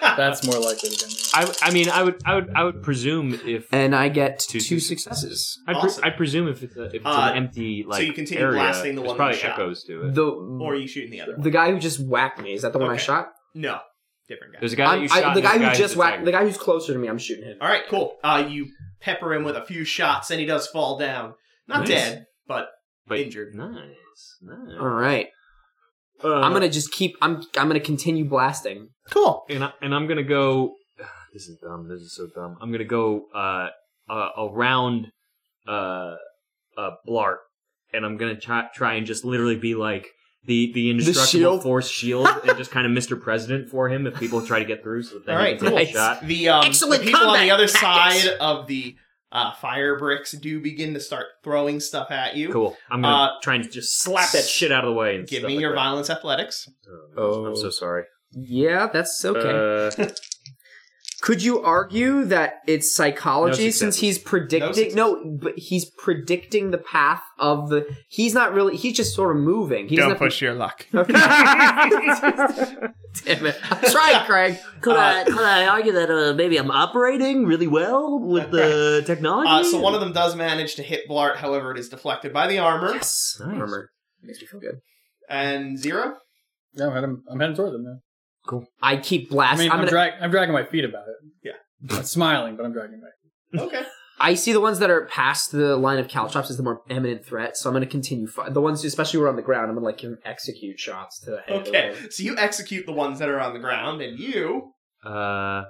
That's more likely than me.
I, I mean, I would, I would, I would presume if
Uh,
and I get
Two
two, successes.
I, pre-
Awesome.
I presume if it's, a, if it's
Uh,
an empty like
you continue
area,
blasting the
there's
one
probably
shot.
echoes to it.
*laughs*
The
or you shooting the other one?
the guy who just whacked me is that the one I
Okay.
shot?
No, different guy.
There's a guy that
I'm-
you shot.
I- the
and there's
guy
a
who
who's
just whacked.
attacking.
The guy who's closer to me. I'm shooting him.
All right, cool. Uh, you pepper him with a few shots, and he does fall down. Not
Nice.
dead, but
But-
injured.
Nice, nice.
All right.
Uh,
I'm gonna just keep. I'm. I'm gonna continue blasting.
Cool.
and I, and I'm gonna go. *sighs* This is dumb. This is so dumb. I'm gonna go uh, uh around uh uh Blart, and I'm gonna try, try and just literally be like the the indestructible
shield?
force shield and just kind of Mr. President for him if people try to get through. So that they
All right,
can take
cool.
a shot.
The, um,
Excellent
the people on the
combat
other
tactics.
side of the uh, fire bricks do begin to start throwing stuff at you. uh,
Cool. I'm gonna try and just slap that shit out of the way. And
Give
stuff
me
like
your
that.
violence athletics.
Oh, I'm so sorry.
Yeah, that's okay.
Uh,
Could you argue that it's psychology
No
since
successes.
he's predicting?
successes.
No, but he's predicting the path of the. He's not really. He's just sort of moving. He doesn't have to-
your luck.
*laughs* Damn it! Try, it, Craig.
Could,
I-
could I argue that uh, maybe I'm operating really well
*laughs*
with the technology?
Uh, so one of them does manage to hit Blart, however, it is deflected by the armor.
Yes.
Nice.
Armor makes me feel good.
And zero.
Yeah, I'm heading, I'm heading toward them now.
I keep
I
blasting.
mean,
I
I'm,
am gonna.
drag, I'm dragging my feet about it.
Yeah.
I'm smiling, but I'm dragging
*laughs*
*laughs*
my
Okay.
I see the ones that are past the line of caltrops as the more imminent threat, so I'm gonna continue. Fi- the ones, who, especially who are on the ground, I'm gonna like give them execute shots to the head.
Okay. So you execute the ones that are on the ground, and you.
uh,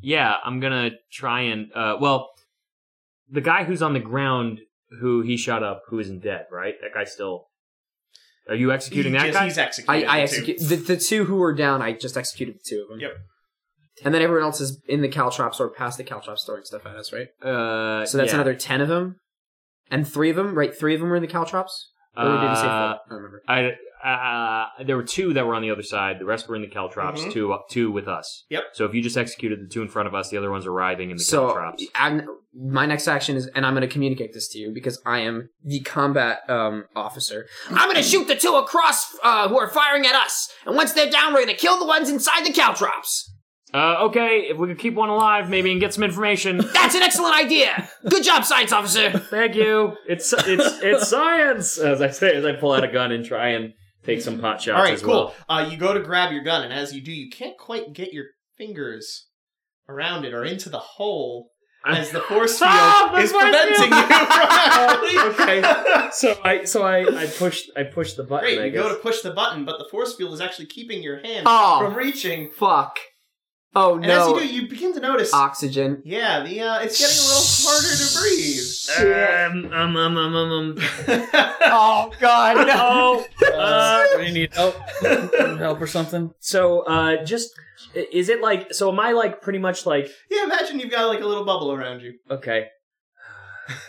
yeah, I'm gonna try and uh, well, the guy who's on the ground, who he shot up, who isn't dead, right? That guy's still. Are you executing
he
that
just-
guy?
He's executing.
I, I
too.
execute the, the two who were down. I just executed the two of them.
Yep.
And then everyone else is in the caltrops or past the caltrops throwing stuff at us, right?
Uh,
So that's
yeah.
another ten of them, and three of them, right? Three of them were in the caltrops. Or they didn't say four. I
Uh,
don't remember.
I. Uh, there were two that were on the other side. The rest were in the caltrops.
Mm-hmm.
Mhm.
Two, two with us.
Yep.
So if you just executed the two in front of us, the other ones are writhing in the
So
caltrops.
I'm, my next action is, and I'm going to communicate this to you because I am the combat um, officer.
I'm gonna shoot the two across uh, who are firing at us, and once they're down, we're gonna kill the ones inside the caltrops.
Uh, okay, if we could keep one alive, maybe, and get some information.
That's an excellent idea. Good job, science officer.
Thank you. It's
*laughs*
it's it's science. As I say, as I pull out a gun and try and take some pot shots.
All right,
as
cool. Uh, you go to grab your gun, and as you do, you can't quite get your fingers around it or into the hole
I'm-
as the
*laughs*
force field
Stop!
is
The force
preventing
field!
you from
*laughs* Okay.
actually.
So I so I I push I push the button.
Great,
I
you
guess.
go to push the button, but the force field is actually keeping your hand
Oh.
from reaching.
Fuck. Oh
And as
no, Ah.
you do, you begin to notice.
oxygen.
yeah, the uh, it's getting a little
Um, um, um, um, um,
harder
um.
to breathe.
Oh god,
*laughs*
Oh, uh,
do you need help?
*laughs*
help or something?
so uh, just is it like? So am I like pretty much like
*laughs* yeah, imagine you've got like a little bubble around you.
okay?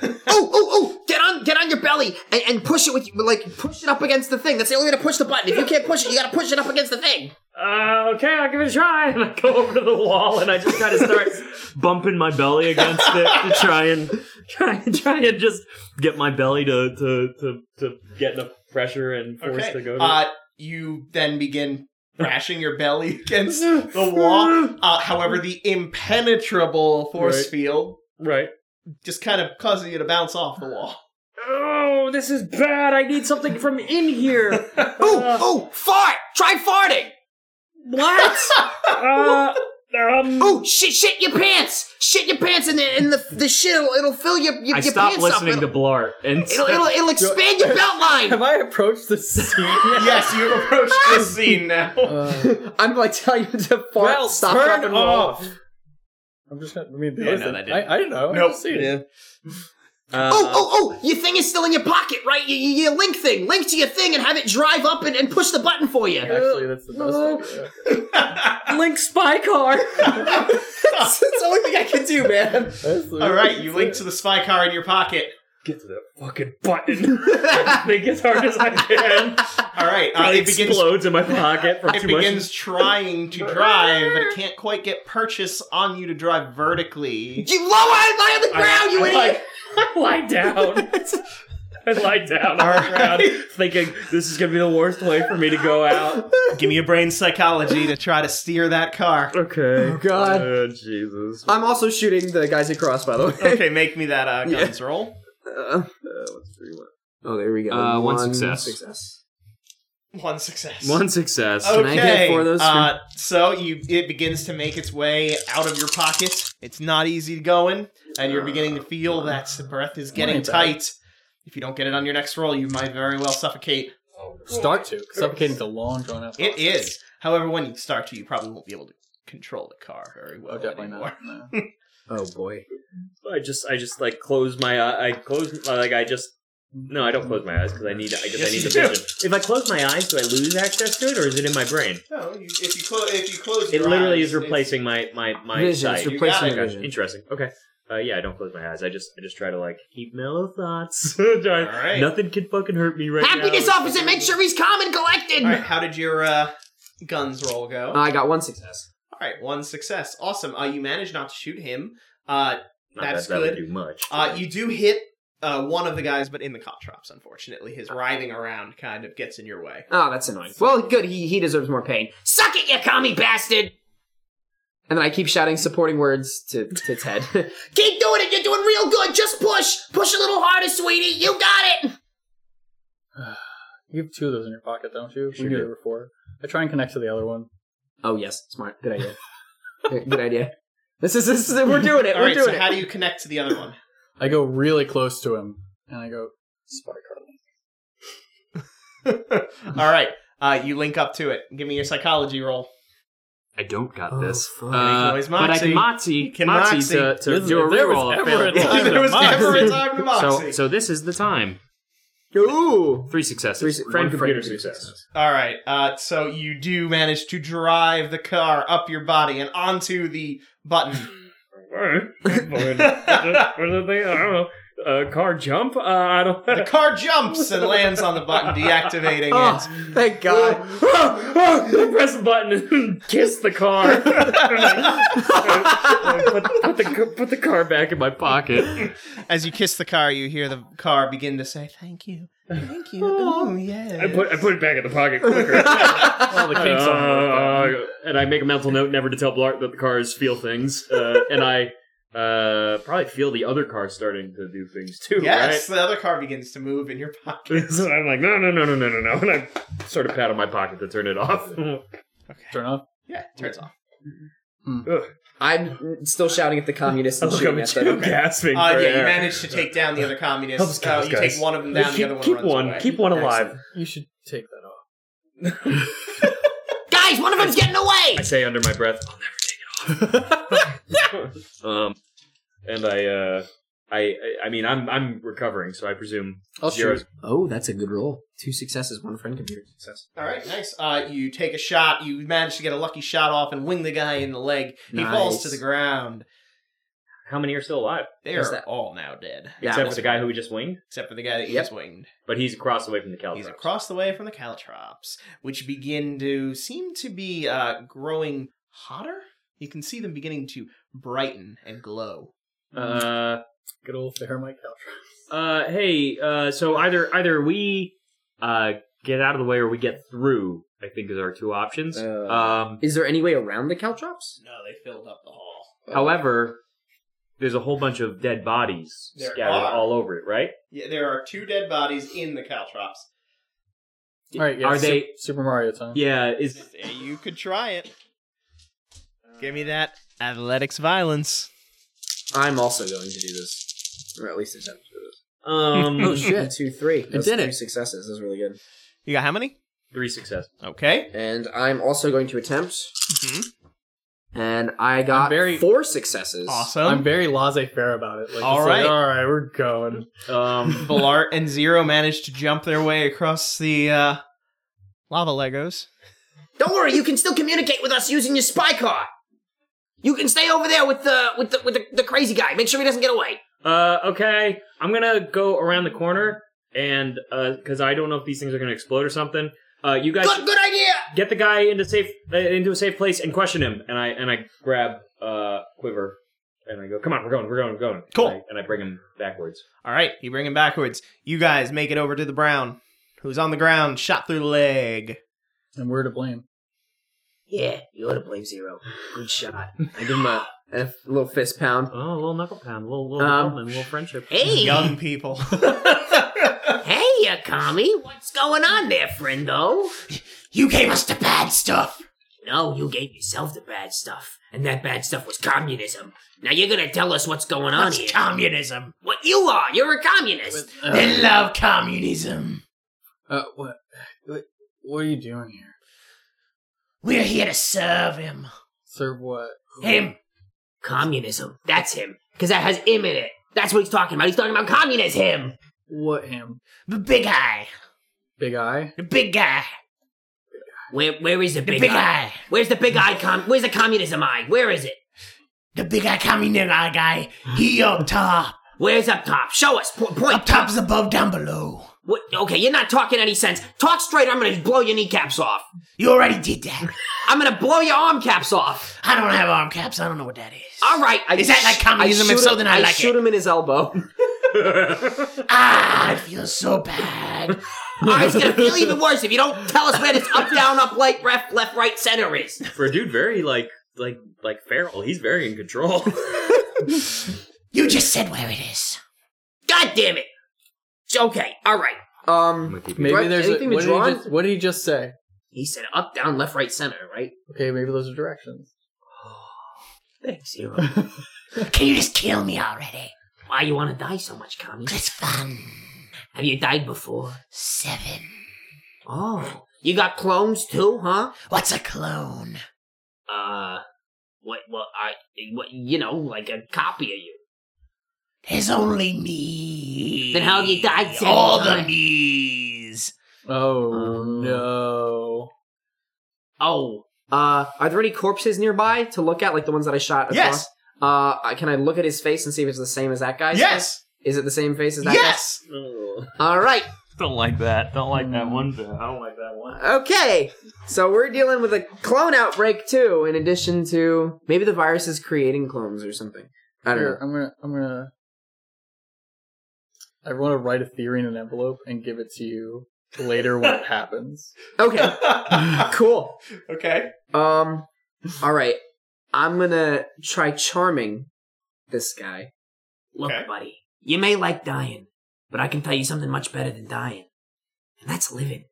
*laughs* Oh, oh, oh! Get on, get on your belly and, and push it with like push it up against the thing. That's the only way to push the button. If you can't push it, you gotta push it up against
*laughs*
the thing.
Uh, okay, I'll give it a try. And I go over to the wall and I just kind
*laughs*
of start bumping my belly against it to try and try and try and just get my belly to to to, to get enough pressure and force
Okay.
to go. To
uh, you then begin crashing your belly *laughs* against the *laughs* wall. Uh, however, the impenetrable force
Right.
field
right.
just kind of causing you to bounce off the wall.
Oh, this is bad. I need something from in here.
Oh, oh! Fart! Try farting!
What? uh, um,
*laughs* Oh, shit! Shit your pants! Shit your pants, and the, and the, the shit it'll, it'll fill your, your,
I
your
stopped
pants
listening
up.
to Blart and
It'll,
*laughs*
it'll, it'll
*laughs*
expand your belt line.
Have I approached the scene? *laughs* yet?
yes, you have approached *laughs* this scene now.
I'm gonna tell you to fart.
Well,
stop
turn
rock and roll.
off. I'm just gonna. I mean,
Yeah, no,
listen,
that didn't.
I, I don't know. I
Nope.
just see it.
Uh,
oh, oh, oh! Your thing is still in your pocket, right? Your, your, your link thing. Link to your thing and have it drive up and, and push the button for you.
Actually, that's the best. idea.
Link Spy Car.
*laughs* That's the only thing I can do, man.
That's the-
All right, you link to the spy car in your pocket.
Get to that fucking button. I think as hard as I *laughs* can.
All right, uh,
it
it begins.
explodes in my pocket from
It
too
begins trying to drive, but it can't quite get purchase on you to drive vertically.
*laughs* You lower lie on the ground, you
I
idiot!
like-
much. *laughs* lie down. I lie down on the ground, thinking this is gonna be the worst way for me to go out.
*laughs* Give me a brain psychology to try to steer that car.
Okay. Oh
God.
Oh, Jesus.
I'm also shooting the guys across, by the way. *laughs* uh,
Okay, make me that uh, guns roll.
Oh, there we go.
Uh, one success.
One success.
One success.
Oh.
Can I get four of those?
Uh, so you it begins to make its way out of your pocket. It's not easy going, and you're beginning to feel that the breath is getting tight. If you don't get it on your next roll, you might very well suffocate.
Start *laughs* to. 'cause Suffocating's a long, drawn out.
It is, however, when you start to, you probably won't be able to control the car very well
Oh, definitely
anymore.
not. No.
*laughs*
Oh boy.
I just, I just like close my, eye I close, uh, like I just. No, I don't close my eyes because I need, I, guess I
Yes,
need
you
the
do.
vision. If I close my eyes, do I lose access to it, or is it in my brain?
No, you, if you close, if you close,
It
your
literally
eyes,
is replacing my my Oh my
Vision,
sight.
it's
You got
replacing
it.
your
Okay,
vision.
interesting. Okay. Uh, yeah, I don't close my eyes. I just I just try to like keep mellow
*laughs*
thoughts. Try-
right.
Nothing can fucking hurt me right
Happiness
now.
officer, make sure he's calm and collected.
All right, how did your uh, guns roll go?
I got one success.
All right, one success. Awesome. Uh, you managed not to shoot him. Uh,
Not
That's
that that would
good.
do much.
Uh, you do hit uh, one of the guys, but in the cop traps, unfortunately. His writhing around kind of gets in your way.
Oh, that's annoying.
Well, good. He he deserves more pain. Suck it, you commie bastard!
And then I keep shouting supporting words to, to Ted. *laughs*
Keep doing it. You're doing real good. Just push. Push a little harder, sweetie. You got it.
You have two of those in your pocket, don't you?
Sure
we did
do.
it before. I try and connect to the other one.
oh yes, smart. Good idea. Good good idea. This is this is it. We're doing it.
All
We're
right,
doing
so
it.
how do you connect to the other one?
I go really close to him, and I go, Spy Carlin.
*laughs* All right, uh, you link up to it. Give me your psychology roll.
I don't got
Oh,
this.
fuck.
You
Uh,
can always
but
*laughs*
I can
moxie.
Moxie,
You can
moxie to,
moxie.
to do a
There was
reroll. if
ever a
available.
time to
there was
moxie.
never a time to
*laughs* So,
moxie.
so this is the time.
Ooh.
Three successes.
Three su-
friend
one
computer
friend
success.
All right, uh, so you do manage to drive the car up your body and onto the button.
*laughs* uh, car jump? Uh, I don't. *laughs*
The car jumps and lands on the button, deactivating it.
Oh, thank God.
press the button and *laughs* kiss the
*laughs*
car. Uh, put, put the, put the car back in my pocket.
As you kiss the car, you hear the car begin to say, "Thank you, thank
*laughs*
you, oh yeah."
I put,
*laughs*
I put it back in the pocket quicker.
Well, the kinks on
Uh, and I make a mental note never to tell Blart that the cars feel things. Uh, and I uh, probably feel the other car starting to do things too,
Yes, the other car begins to move in your pocket.
right? so *laughs* I'm like, no, no, no, no, no, no, no. And I sort of pat on my pocket to turn it off. *laughs*
Turn off.
Yeah, it turns off.
Hmm. I'm still shouting at the communists *laughs* and
Look, I'm
shooting at them.
gasping.
Uh,
for
yeah, you
air.
manage to take down the other
Help
communists.
us,
Uh,
guys,
you
guys.
take one of them down, the
keep,
other one
keep
runs
one,
away.
keep one alive.
You should take that off.
Guys, one of them's getting
I
away.
say under my breath, I'll never *laughs* um, and I, uh, I, I- I mean, I'm I'm recovering, so I presume
I'll
zero.
shoot.
Oh, that's a good roll. Two successes, one friend computer success.
All right, nice. Uh, you take a shot. You manage to get a lucky shot off and wing the guy in the leg. He falls
Nice.
to the ground.
How many are still alive?
They
What's
are
that?
all now dead,
Yeah,
Except
that's
for the guy who we just winged,
except for the guy that you
Yep.
just winged.
but he's across the way from the Caltrops.
He's across the way from the caltrops, which begin to seem to be uh, growing hotter. You can see them beginning to brighten and glow.
Uh,
Good old Fairmite Caltra.
uh, hey, uh, so either either we uh get out of the way or we get through. I think is our two options.
Uh,
um,
Is there any way around the caltrops?
No, they filled up the hall.
however, there's a whole bunch of dead bodies
There
scattered
are.
all over it. Right?
Yeah, there are two dead bodies in the caltrops.
All right, yeah,
Are
Sup-
they-
Super Mario time?
Yeah. Is
You could try it. Give me that athletics violence.
I'm also going to do this. Or at least attempt to do this.
um *laughs*
Oh shit, two, three. That's
did
three
it.
successes. That's really good.
You got how many?
three success.
Okay.
And I'm also going to attempt.
Mhm.
And I got
I'm very-
four successes.
Awesome.
I'm very laissez-faire about it. Like,
All
just like,
right.
all right, we're going.
Um,
Valart and Zero managed to jump their way across the uh, lava Legos.
Don't worry, you can still communicate with us using your spy car. You can stay over there with the with the with the, the crazy guy. Make sure he doesn't get away.
Uh, okay. I'm gonna go around the corner and uh, cause I don't know if these things are gonna explode or something. Uh, you guys
Good good idea.
get the guy into safe uh, into a safe place and question him. And I and I grab uh quiver and I go, come on, we're going, we're going, we're going.
Cool.
And I, and I bring him backwards.
All right, you bring him backwards. You guys make it over to the Brown, who's on the ground, shot through the *laughs* leg.
And we're to blame.
Yeah, you ought to blame Zero. Good *laughs* shot.
I give him a, a little fist pound.
Oh, a little knuckle pound, a little little, development, a
Um,
little *laughs* friendship.
Hey,
Young
*laughs*
people.
hey, Akami, what's going on there, friendo?
you gave us the bad stuff.
No, you gave yourself the bad stuff, and that bad stuff was communism. Now you're gonna tell us what's going on here.
communism.
What you are? You're a communist.
Uh,
love communism.
uh, what? what- What are you doing here?
We're here to serve him.
Serve what?
Him. Communism. That's him. Because that has him in it. That's what he's talking about. He's talking about communism.
What him?
The big guy.
Big eye?
The big guy. Where, where is the big, eye? Where's the big eye? Com- where's the communism eye? Where is it?
The big guy communism guy. He up top.
Where's up top? Show us. Po- point.
top's above, down below.
What, okay, you're not talking any sense. Talk straight. I'm gonna blow your kneecaps off.
You already did that.
*laughs* I'm gonna blow your arm caps off.
I don't have arm caps. I don't know what that is.
All right. I,
Is that like communism? If
shoot
so,
him-
then I like
shoot
it.
him in his elbow. *laughs*
Ah, it feels so bad.
right, it's gonna feel even worse if you don't tell us where this up, down, up, right, left, left, right, center is.
For a dude very like like like feral, he's very in control.
you just said where it is.
God damn it. It's Okay, all right.
Um,
Maybe
Do I-
there's a,
anything to
what, did
draw
he
on?
just, what did he just say?
He said up, down, left, right, center, right?
Okay, maybe those are directions.
*gasps*
Thanks, *laughs* Zero.
Can you just kill me already?
Why you wanna die so much, Kami?
It's fun.
Have you died before?
Seven.
Oh. You got clones too, huh?
What's a clone?
Uh, what, well, I, what, you know, like a copy of you.
There's only me.
Then how have you died seven
All the
times?
me's.
Oh,
Oh.
Um,
no.
Oh,
uh, are there any corpses nearby to look at, like the ones that I shot? Across?
Yes.
Uh, I- can I look at his face and see if it's the same as that guy's?
Yes.
Is it the same face as that?
Yes.
Guy's? All right.
don't like that. Don't like that one bit.
I don't like that one.
Okay. So we're dealing with a clone outbreak too. In addition to maybe the virus is creating clones or something. I don't
Here,
know.
I'm gonna, I'm gonna. I want to write a theory in an envelope and give it to you later when
*laughs*
it happens.
Okay.
*laughs*
cool.
okay.
Um. All right. I'm gonna try charming this guy.
Look,
Okay.
buddy, you may like dying, but I can tell you something much better than dying, and that's living.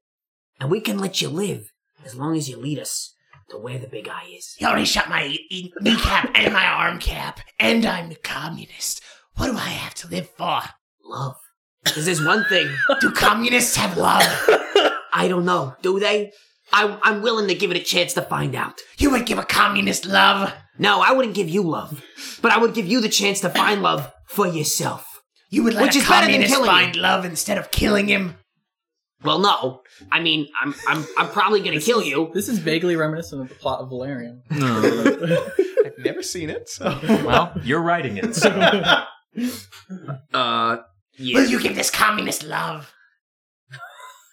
And we can let you live as long as you lead us to where the big eye is.
You already shot my e- kneecap and my arm cap, and I'm the communist. What do I have to live for?
Love.
*laughs*
Because there's one thing
Do communists have love?
I don't know. Do they? I, I'm willing to give it a chance to find out.
You would give a communist love.
No, I wouldn't give you love, but I would give you the chance to find love for yourself.
You would let
Which
a
is better than
communist
killing
find love instead of killing him.
Well, no. I mean, I'm I'm I'm probably gonna kill you.
This is vaguely reminiscent of the plot of Valerian.
I've never seen it. So.
*laughs*
well, you're writing it. So.
Uh, yeah.
Will you give this communist love?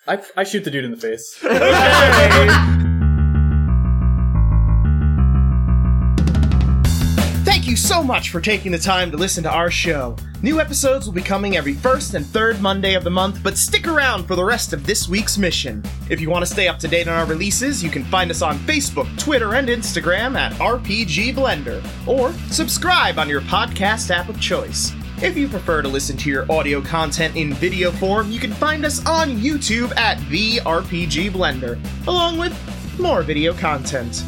I, I shoot the dude in the face.
Thank you so much for taking the time to listen to our show. New episodes will be coming every first and third Monday of the month, but stick around for the rest of this week's mission. If you want to stay up to date on our releases, you can find us on Facebook, Twitter, and Instagram at RPG Blender, or subscribe on your podcast app of choice. If you prefer to listen to your audio content in video form, you can find us on YouTube at The RPG Blender, along with more video content.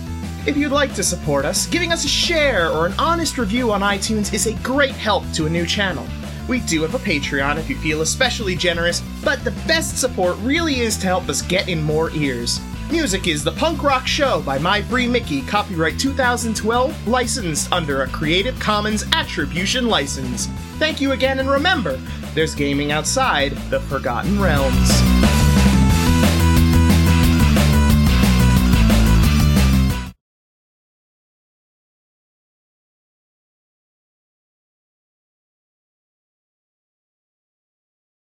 If you'd like to support us, giving us a share or an honest review on iTunes is a great help to a new channel. We do have a Patreon if you feel especially generous, but the best support really is to help us get in more ears. Music is The Punk Rock Show by My Free Mickey, copyright 2012, licensed under a Creative Commons Attribution License. Thank you again, and remember, there's gaming outside the Forgotten Realms.